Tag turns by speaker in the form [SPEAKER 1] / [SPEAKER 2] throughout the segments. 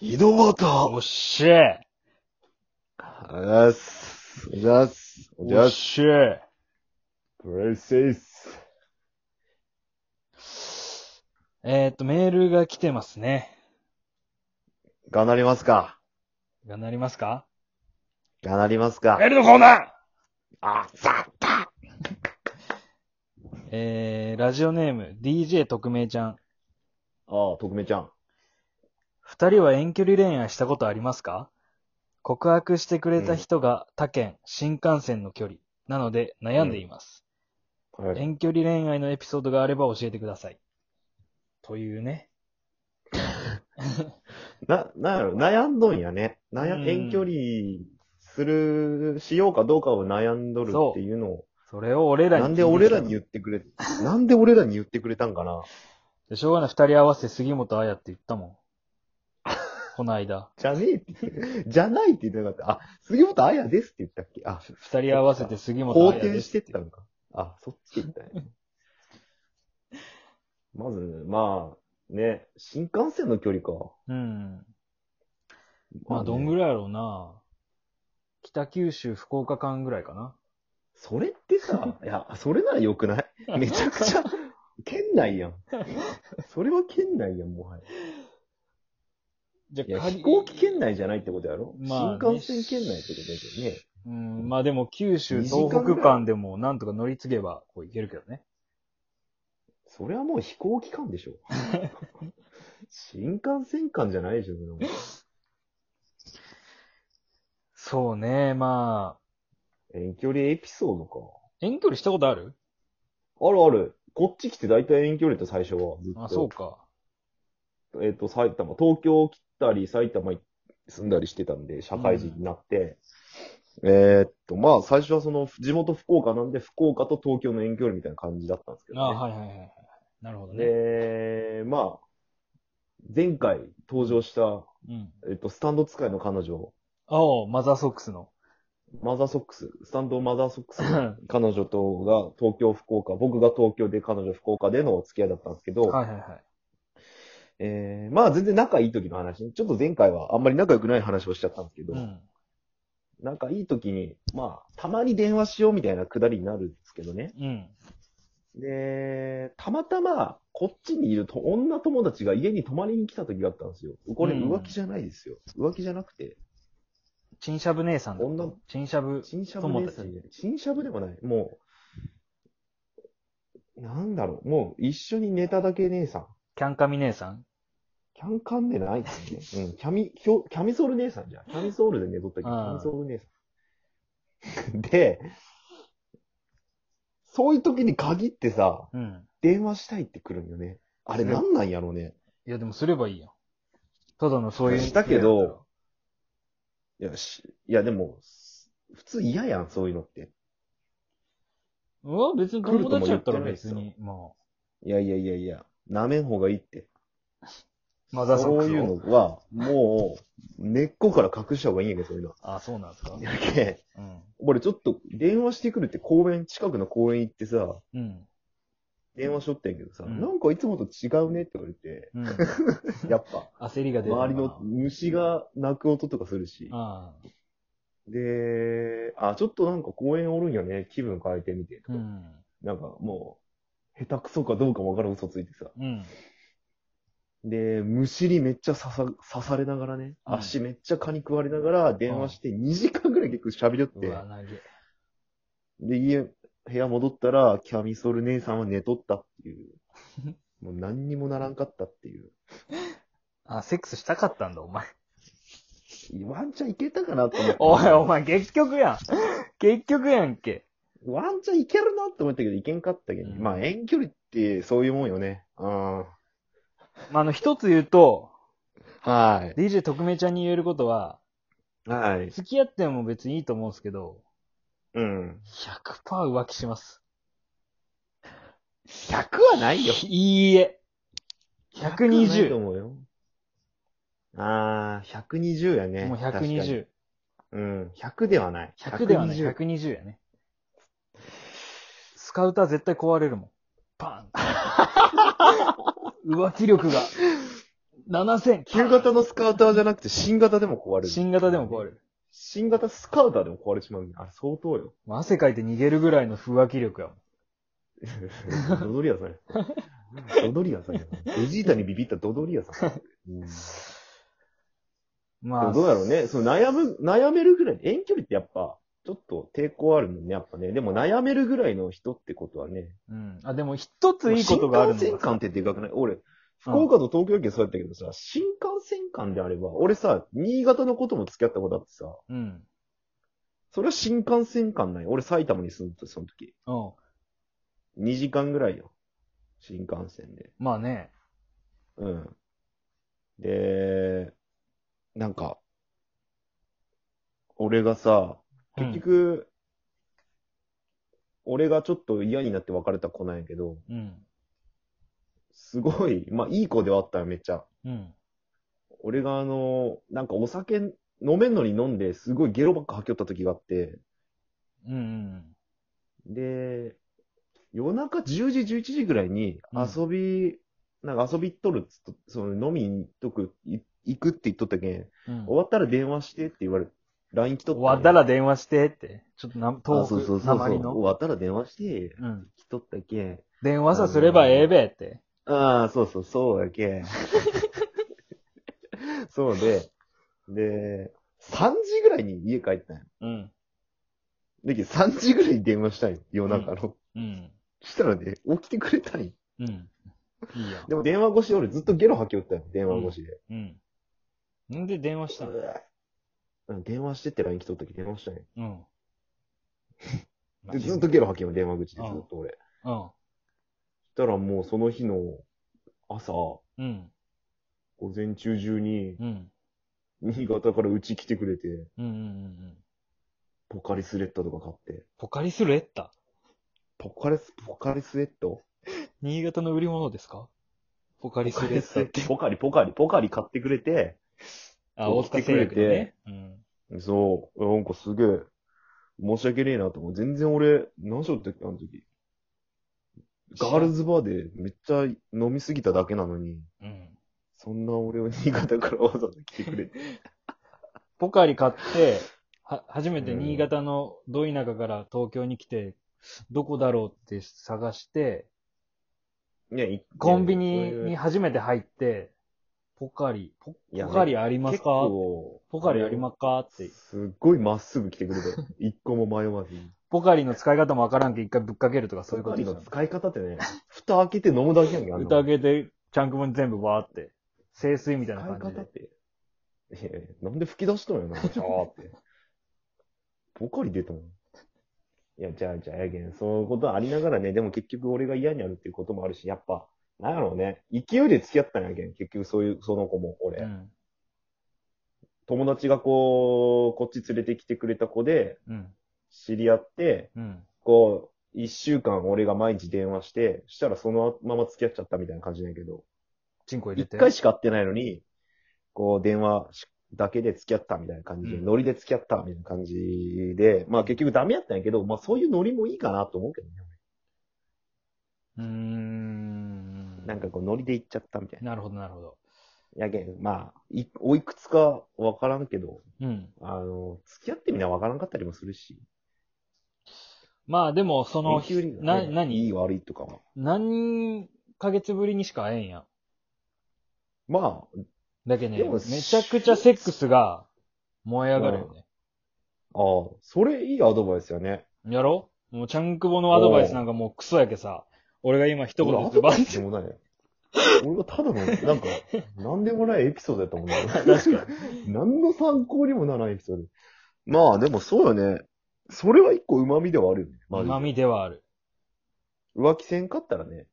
[SPEAKER 1] 井戸端
[SPEAKER 2] おっしゃ
[SPEAKER 1] おじゃす。おじゃす。おじ
[SPEAKER 2] お
[SPEAKER 1] ゃ
[SPEAKER 2] っ
[SPEAKER 1] す。
[SPEAKER 2] しゃ
[SPEAKER 1] プレイセイス。
[SPEAKER 2] えーっと、メールが来てますね。
[SPEAKER 1] がなりますか
[SPEAKER 2] がなりますか
[SPEAKER 1] がなりますか
[SPEAKER 2] メールのコーナー
[SPEAKER 1] あ、さった
[SPEAKER 2] えー、ラジオネーム、DJ 特命ちゃん。
[SPEAKER 1] ああ、特命ちゃん。
[SPEAKER 2] 二人は遠距離恋愛したことありますか告白してくれた人が他県、新幹線の距離。なので、悩んでいます、
[SPEAKER 1] はい。
[SPEAKER 2] 遠距離恋愛のエピソードがあれば教えてください。というね。
[SPEAKER 1] な、なんやろ、悩んどんやね。
[SPEAKER 2] う
[SPEAKER 1] 悩、
[SPEAKER 2] ん
[SPEAKER 1] 遠距離する、しようかどうかを悩んどる
[SPEAKER 2] そ
[SPEAKER 1] っ
[SPEAKER 2] う
[SPEAKER 1] ていうのを。
[SPEAKER 2] それを俺らに
[SPEAKER 1] なんで俺らに
[SPEAKER 2] う
[SPEAKER 1] 言ってくれ、なんで俺らに言ってくれたんかな
[SPEAKER 2] でしょうがない、二人合わせて杉本彩って言ったもん。この間。
[SPEAKER 1] じゃねえって。じゃないって言ってなかった。あ、杉本彩ですって言ったっけあ、
[SPEAKER 2] 二人合わせて杉本
[SPEAKER 1] 肯
[SPEAKER 2] 彩で
[SPEAKER 1] 定
[SPEAKER 2] す。
[SPEAKER 1] してったのか。あ、そっちみたいな。 まず、まあ、ね、新幹線の距離か。
[SPEAKER 2] うん。まあ、どん
[SPEAKER 1] らい
[SPEAKER 2] ぐらいやろうな。北九州、福岡間ぐらいかな。
[SPEAKER 1] それってさ、いや、それなら良くないめちゃくちゃ、県内やん。それは県内やん、もはや。
[SPEAKER 2] じゃ
[SPEAKER 1] いや、飛行機圏内じゃないってことやろ、
[SPEAKER 2] まあね
[SPEAKER 1] 新幹線圏内ってことやけどね。
[SPEAKER 2] うん、まあでも九州、
[SPEAKER 1] 二時間
[SPEAKER 2] 東
[SPEAKER 1] ぐらい
[SPEAKER 2] 北間でもなんとか乗り継げば、こう行けるけどね。
[SPEAKER 1] それはもう飛行機間でし ょ。新幹線間じゃないでしょ、それも
[SPEAKER 2] そうね、まあ、
[SPEAKER 1] 遠距離エピソードか。
[SPEAKER 2] 遠距離したことある
[SPEAKER 1] あるある。こっち来て大体遠距離だった最初は。ずっと
[SPEAKER 2] あ、そうか。
[SPEAKER 1] えっ、と、埼玉、東京来たり、埼玉に住んだりしてたんで、社会人になって。えーっと、まあ、最初はその、地元福岡なんで、福岡と東京の遠距離みたいな感じだったんですけど、ね。
[SPEAKER 2] あはいはいはいはい。なるほどね。
[SPEAKER 1] で、まあ、前回登場した、
[SPEAKER 2] うん。
[SPEAKER 1] えっ、と、スタンド使いの彼女、
[SPEAKER 2] 青、マザーソックスの。
[SPEAKER 1] マザーソックス、スタンドマザーソックス の彼女とが東京、福岡、僕が東京で彼女福岡でのお付き合いだったんですけど、
[SPEAKER 2] はいはいはい。
[SPEAKER 1] えー、まあ全然仲いい時の話ね、ちょっと前回はあんまり仲良くない話をしちゃったんですけど、
[SPEAKER 2] うん。
[SPEAKER 1] 仲いい時に、まあ、たまに電話しようみたいなくだりになるんですけどね。
[SPEAKER 2] うん。
[SPEAKER 1] で、たまたま、こっちにいると女友達が家に泊まりに来た時があったんですよ。これ
[SPEAKER 2] うん
[SPEAKER 1] 浮気じゃないですよ。浮気じゃなくて、
[SPEAKER 2] チンシャブ姉さんだ
[SPEAKER 1] 女
[SPEAKER 2] チンシャブ。
[SPEAKER 1] 新しゃぶです
[SPEAKER 2] 友
[SPEAKER 1] ね。新しゃぶでもない。もう、なんだろう。もう一緒に寝ただけ姉さん。
[SPEAKER 2] キャンカミ姉さん
[SPEAKER 1] キャンカンでないですね。うん。キャミ、キョキャミソール姉さんじゃん。キャミソールで寝とったけど、
[SPEAKER 2] う
[SPEAKER 1] キ
[SPEAKER 2] ん
[SPEAKER 1] ャミソール姉さん。で、そういう時に限ってさ、
[SPEAKER 2] うん。
[SPEAKER 1] 電話したいって来るんよね。あれ
[SPEAKER 2] うん
[SPEAKER 1] なんなんやろうね。
[SPEAKER 2] いや、でもすればいいやん。ただのそういう。
[SPEAKER 1] したけど、いや、しいやでも、普通嫌やん、そういうのって。
[SPEAKER 2] うわ、別に友達やったら別に、まあ、
[SPEAKER 1] いやいやいやいや、舐めん方がいいって。
[SPEAKER 2] マザーソックス
[SPEAKER 1] そう
[SPEAKER 2] を
[SPEAKER 1] いうのは、もう、根っこから隠した方がいいんやけど、そういうのは。
[SPEAKER 2] あ、そうなんですか
[SPEAKER 1] やけ、
[SPEAKER 2] うん。
[SPEAKER 1] 俺ちょっと電話してくるって公園、近くの公園行ってさ、
[SPEAKER 2] うん。
[SPEAKER 1] 電話しとったんやけどさ、
[SPEAKER 2] うん
[SPEAKER 1] なんかいつもと違うねって言われて、
[SPEAKER 2] うん。
[SPEAKER 1] やっぱ、
[SPEAKER 2] 焦りが 出るな。
[SPEAKER 1] 周りの虫が鳴く音とかするし、
[SPEAKER 2] ああ。
[SPEAKER 1] で、あ、ちょっとなんか公園おるんやね、気分変えてみてとか、
[SPEAKER 2] うん。
[SPEAKER 1] なんかもう、下手くそかどうかわからん嘘ついてさ、
[SPEAKER 2] うん。
[SPEAKER 1] で、虫にめっちゃ刺さ刺されながらね、
[SPEAKER 2] うん
[SPEAKER 1] 足めっちゃ蚊に食われながら電話して2時間ぐらい結構喋りよっ
[SPEAKER 2] う
[SPEAKER 1] て、
[SPEAKER 2] わ、投
[SPEAKER 1] で、
[SPEAKER 2] げ。
[SPEAKER 1] 家、部屋戻ったら、キャミソール姉さんは寝とったって いう。もう何にもならんかったっていう。
[SPEAKER 2] あ、セックスしたかったんだ、お前。
[SPEAKER 1] ワンチャンいけたかなと思って。
[SPEAKER 2] おい、お前、結局やん。 結局やんけ。
[SPEAKER 1] ワンチャンいけるなって思ったけど、いけんかったけど、
[SPEAKER 2] うん
[SPEAKER 1] まあ遠距離ってそういうもんよね。うん。
[SPEAKER 2] まあ、あの、一つ言うと、
[SPEAKER 1] は
[SPEAKER 2] DJ 特命ちゃんに言えることは、
[SPEAKER 1] い。はい。
[SPEAKER 2] 付き合っても別にいいと思うんですけど、
[SPEAKER 1] うん。
[SPEAKER 2] 100%浮気します。
[SPEAKER 1] 100はないよ。
[SPEAKER 2] いいえ。
[SPEAKER 1] 100はないと
[SPEAKER 2] 120。
[SPEAKER 1] 思うよ。あー、120やね。
[SPEAKER 2] もう
[SPEAKER 1] 確かに。
[SPEAKER 2] 120。
[SPEAKER 1] うん。100ではない。
[SPEAKER 2] 100ではない。
[SPEAKER 1] 120
[SPEAKER 2] 120やね。スカウター絶対 壊れるもん。パーン浮気力が、 7000。
[SPEAKER 1] 旧型のスカウターじゃなくて新型でも壊れる。
[SPEAKER 2] 新型でも壊れる。
[SPEAKER 1] 新型スカウターでも壊れちまうね。あれ相当よ。
[SPEAKER 2] もう汗かいて逃げるぐらいの風圧気力やもん。
[SPEAKER 1] ドドリアさんや。ドドリアさんや。ベジータにビビったドドリアさん。うん、で
[SPEAKER 2] ま
[SPEAKER 1] も
[SPEAKER 2] あ、
[SPEAKER 1] どうだろうね。その悩む、悩めるぐらい、遠距離ってやっぱ、ちょっと抵抗あるもんね、やっぱね。でも悩めるぐらいの人ってことはね。
[SPEAKER 2] うん。あ、でも一ついいことがあるの
[SPEAKER 1] 新幹線
[SPEAKER 2] がさ
[SPEAKER 1] 間ってでかくない俺、福岡と東京駅はそうやったけどさ、新幹線間であれば、俺さ、新潟のことも付き合ったことあってさ、
[SPEAKER 2] うん。
[SPEAKER 1] それは新幹線間ない。俺埼玉に住んでた、その時。
[SPEAKER 2] うん。
[SPEAKER 1] 2時間ぐらいよ。新幹線で。
[SPEAKER 2] まあね。
[SPEAKER 1] うん。で、なんか、俺がさ、結局、俺がちょっと嫌になって別れた子なんやけど、
[SPEAKER 2] うん。
[SPEAKER 1] すごい、まあいい子ではあったよ、めっちゃ。
[SPEAKER 2] うん。
[SPEAKER 1] 俺があの、なんかお酒飲めんのに飲んで、すごいゲロばっか吐きよった時があって、
[SPEAKER 2] うん。うん。
[SPEAKER 1] で、夜中10時、11時ぐらいに
[SPEAKER 2] うん
[SPEAKER 1] 遊び、なんか遊び行っとるっつっと、その飲みに行っとく、い行くって言っとったけん、
[SPEAKER 2] うん。
[SPEAKER 1] 終わったら電話してって言われる。LINE 来とったん
[SPEAKER 2] 終
[SPEAKER 1] や。
[SPEAKER 2] わったら電話してって。ちょっとな、
[SPEAKER 1] あ
[SPEAKER 2] 東
[SPEAKER 1] そうそう
[SPEAKER 2] 北、
[SPEAKER 1] そう
[SPEAKER 2] な
[SPEAKER 1] そう。
[SPEAKER 2] まり
[SPEAKER 1] 終
[SPEAKER 2] の。
[SPEAKER 1] わったら電話して、
[SPEAKER 2] うん。
[SPEAKER 1] 来とったけん。
[SPEAKER 2] 電話さすればええべって。
[SPEAKER 1] ああ、そうそう、そうや けん。そうで、で、3時ぐらいに家帰ったんや。
[SPEAKER 2] うん。
[SPEAKER 1] だけど3時ぐらいに電話したんよ、夜中の。
[SPEAKER 2] うん。
[SPEAKER 1] したらね、起きてくれたんよ。
[SPEAKER 2] うん。いいや。
[SPEAKER 1] でも電話越し、俺ずっとゲロ吐きよったよ、電話越しで。
[SPEAKER 2] うん。なんで電話したの
[SPEAKER 1] うわうん、電話してって LINE 来とったけど電話したんよ。
[SPEAKER 2] うん。まあ
[SPEAKER 1] で、ず っとゲロ吐きよ、電話口で、ずっと俺。したらもうその日の朝、
[SPEAKER 2] うん。うん。
[SPEAKER 1] 午前中中に、
[SPEAKER 2] うん。
[SPEAKER 1] 新潟からうち来てくれて、
[SPEAKER 2] うん。うんうん。
[SPEAKER 1] ポカリスレッドとか買って。
[SPEAKER 2] ポカリスレッタ
[SPEAKER 1] ポカリス、ポカリスレッド
[SPEAKER 2] 新潟の売り物ですかポカリスレッタって。
[SPEAKER 1] ポカリ、ポカリ、ポカリ買ってくれて、
[SPEAKER 2] あ、大塚製薬でね。うん。
[SPEAKER 1] そう、なんかすげえ、申し訳ねえなと思う。全然俺、何しよったっけ、あの時。ガールズバーでめっちゃ飲みすぎただけなのに、
[SPEAKER 2] うん。
[SPEAKER 1] そんな俺を新潟からわざわざ来てくれて。
[SPEAKER 2] ポカリ買って、は、初めて新潟のど田舎から東京に来て、どこだろうって探して、
[SPEAKER 1] ね、い
[SPEAKER 2] コンビニに、初めて入って、ポカリ、ポ
[SPEAKER 1] いや
[SPEAKER 2] ポカリあります
[SPEAKER 1] 結
[SPEAKER 2] か
[SPEAKER 1] 構、
[SPEAKER 2] ポカリありますかって。
[SPEAKER 1] すっごいまっすぐ来てくれ たよ。一個も迷わずに。
[SPEAKER 2] ポカリの使い方もわからんけ一回ぶっかけるとかそういう
[SPEAKER 1] ポ
[SPEAKER 2] こ
[SPEAKER 1] カ
[SPEAKER 2] と
[SPEAKER 1] リ
[SPEAKER 2] じゃ
[SPEAKER 1] の
[SPEAKER 2] ん。
[SPEAKER 1] 使い方ってね、蓋開けて飲むだけやんけ、あんなの
[SPEAKER 2] 宴で、チャンクも全部わーって、清水みたいな感じ
[SPEAKER 1] 使い方っ
[SPEAKER 2] で。
[SPEAKER 1] て。いやいや、なんで吹き出したのよ、 なんか、シャーって。ポカリ出たもん。いや、じゃあ、じゃあ、やけん、そういうことはありながらね、でも結局俺が嫌になるっていうこともあるし、やっぱ、なんやろうね、勢いで付き合ったんやけん、結局そういう、その子も、俺。
[SPEAKER 2] うん。
[SPEAKER 1] 友達がこう、こっち連れてきてくれた子で、
[SPEAKER 2] うん。
[SPEAKER 1] 知り合って、
[SPEAKER 2] うん。
[SPEAKER 1] こう、一週間俺が毎日電話して、したらそのまま付き合っちゃったみたいな感じなんやけど、
[SPEAKER 2] チンコ入れ
[SPEAKER 1] 一
[SPEAKER 2] て。
[SPEAKER 1] 回しか会ってないのに、こう、電話しだけで付き合ったみたいな感じで、
[SPEAKER 2] うん
[SPEAKER 1] ノリで付き合ったみたいな感じで、まあ結局ダメやったんやけど、まあそういうノリもいいかなと思うけどね。
[SPEAKER 2] うーん。
[SPEAKER 1] なんかこう、ノリで行っちゃったみたいな。
[SPEAKER 2] なるほど、なるほど。
[SPEAKER 1] やけん、まあ、いおいくつかわからんけど、
[SPEAKER 2] うん。
[SPEAKER 1] あの、付き合ってみなわからんかったりもするし。
[SPEAKER 2] まあでも、その、
[SPEAKER 1] 遠距離が
[SPEAKER 2] な、
[SPEAKER 1] ね
[SPEAKER 2] 何
[SPEAKER 1] いい悪いとかは。
[SPEAKER 2] 何ヶ月ぶりにしか会えんやん。
[SPEAKER 1] ま
[SPEAKER 2] だけどね
[SPEAKER 1] でも、
[SPEAKER 2] めちゃくちゃセックスが燃え上がるよね。
[SPEAKER 1] あ、ああ、それいいアドバイスやね。
[SPEAKER 2] やろもう、ちゃんくぼのアドバイスなんかもうクソやけさ。俺が今一
[SPEAKER 1] 俺
[SPEAKER 2] 言
[SPEAKER 1] ア
[SPEAKER 2] ズ
[SPEAKER 1] ド
[SPEAKER 2] バ
[SPEAKER 1] バ
[SPEAKER 2] ン
[SPEAKER 1] イ
[SPEAKER 2] っ
[SPEAKER 1] ス
[SPEAKER 2] て
[SPEAKER 1] で。もない。俺はただの、なんか、なんでもないエピソードやったもんね。
[SPEAKER 2] 確かに。
[SPEAKER 1] 何の参考にもならないエピソード。まあでもそうよね。それは一個旨味ではあるよね。マジで
[SPEAKER 2] まみではある。
[SPEAKER 1] 浮気せんかったらね。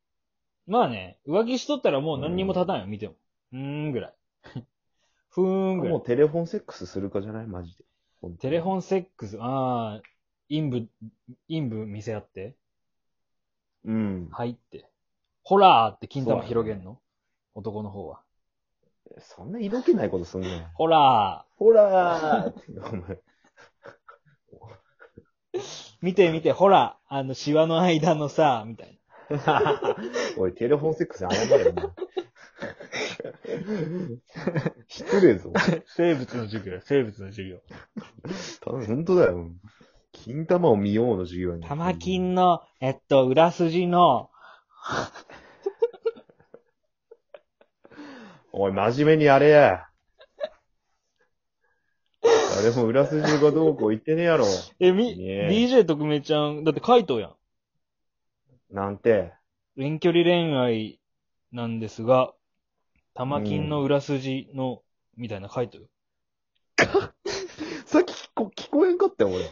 [SPEAKER 2] まあね、浮気しとったらもう何にも立たんよ、見ても。うーんぐらい。 ふーんぐら
[SPEAKER 1] も
[SPEAKER 2] い。
[SPEAKER 1] うテレフォンセックスするかじゃないマジで。
[SPEAKER 2] テレ
[SPEAKER 1] ン
[SPEAKER 2] フォンセックス、ああ、陰部、陰部見せ合って、
[SPEAKER 1] うん。
[SPEAKER 2] 入って。ホラーって金玉広げんの、男の方は。
[SPEAKER 1] そんな色気ないことすんなよ。
[SPEAKER 2] ホラ
[SPEAKER 1] ほらーってお前。
[SPEAKER 2] ー見て見て、ホラーあの、シワの間のさ、みたいな。
[SPEAKER 1] おい、テレフォンセックスに謝れよな。失礼ぞ。
[SPEAKER 2] 生物の授業、生物の授業。
[SPEAKER 1] 本当だよ。金玉を見ようの授業に。
[SPEAKER 2] 玉金の、えっと、裏筋の、
[SPEAKER 1] おい、真面目にやれや。誰も裏筋がどうこう言ってねえやろ。
[SPEAKER 2] え、み、
[SPEAKER 1] ねえ
[SPEAKER 2] DJ 特命ちゃん、だってカイトやん。
[SPEAKER 1] なんて。
[SPEAKER 2] 遠距離恋愛なんですが、玉金の裏筋の、みたいなカイトよ。
[SPEAKER 1] さっき聞こ聞こえんかったよ、 俺。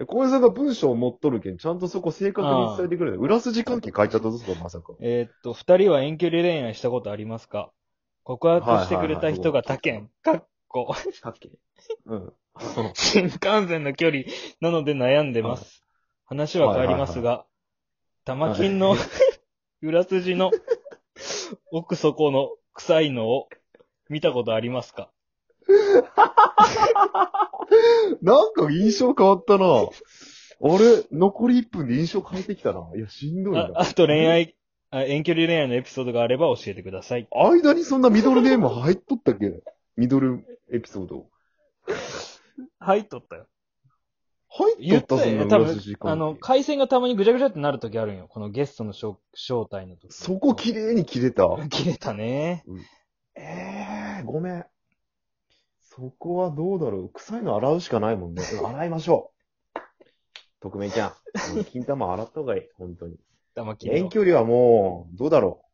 [SPEAKER 1] え小林さんが文章を持っとるけん、ちゃんとそこ正確に伝えてくれた。裏筋関係書いちゃったぞ、まさか。
[SPEAKER 2] えーっと、二人は遠距離恋愛したことありますか告白してくれた人が他県、かっこ、
[SPEAKER 1] さっき。うん。
[SPEAKER 2] 新幹線の距離なので悩んでます。話は変わりますが、玉金の 裏筋の奥底の臭いのを見たことありますか
[SPEAKER 1] なんか印象変わったな。あれ、残り1分で印象変えてきたな。いや、しんどい
[SPEAKER 2] あ
[SPEAKER 1] な。
[SPEAKER 2] あと恋愛あ、遠距離恋愛のエピソードがあれば教えてください。
[SPEAKER 1] 間にそんなミドルネーム入っとったっけミドルエピソード。
[SPEAKER 2] はい、取ったよ。
[SPEAKER 1] 入
[SPEAKER 2] 言
[SPEAKER 1] っ
[SPEAKER 2] っ
[SPEAKER 1] と
[SPEAKER 2] た
[SPEAKER 1] った、そ
[SPEAKER 2] よ。
[SPEAKER 1] んな
[SPEAKER 2] 多分
[SPEAKER 1] 裏筋、関係。
[SPEAKER 2] あの、回線がたまにぐちゃぐちゃってなる時あるんよ。このゲストの招招待の時。
[SPEAKER 1] そこ綺麗に切れた。
[SPEAKER 2] 切れたね。
[SPEAKER 1] ええー、ごめん。そこはどうだろう。臭いの洗うしかないもんね。洗いましょう。 特命ちゃん、金玉洗った方がいい。本当に。
[SPEAKER 2] 玉金の
[SPEAKER 1] 遠距離はもう、どうだろ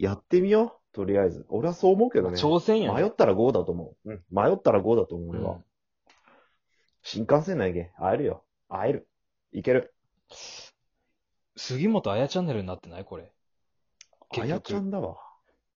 [SPEAKER 1] う。やってみよう。とりあえず。俺はそう思うけどね。
[SPEAKER 2] 挑戦やね。
[SPEAKER 1] 迷ったら GO だと思う。うん。迷ったら GO だと思う、俺は。
[SPEAKER 2] うん
[SPEAKER 1] 新幹線内で会えるよ。会える。いける。
[SPEAKER 2] 杉本彩チャンネルになってないこれ。
[SPEAKER 1] あ
[SPEAKER 2] 結局
[SPEAKER 1] やちゃんだわ。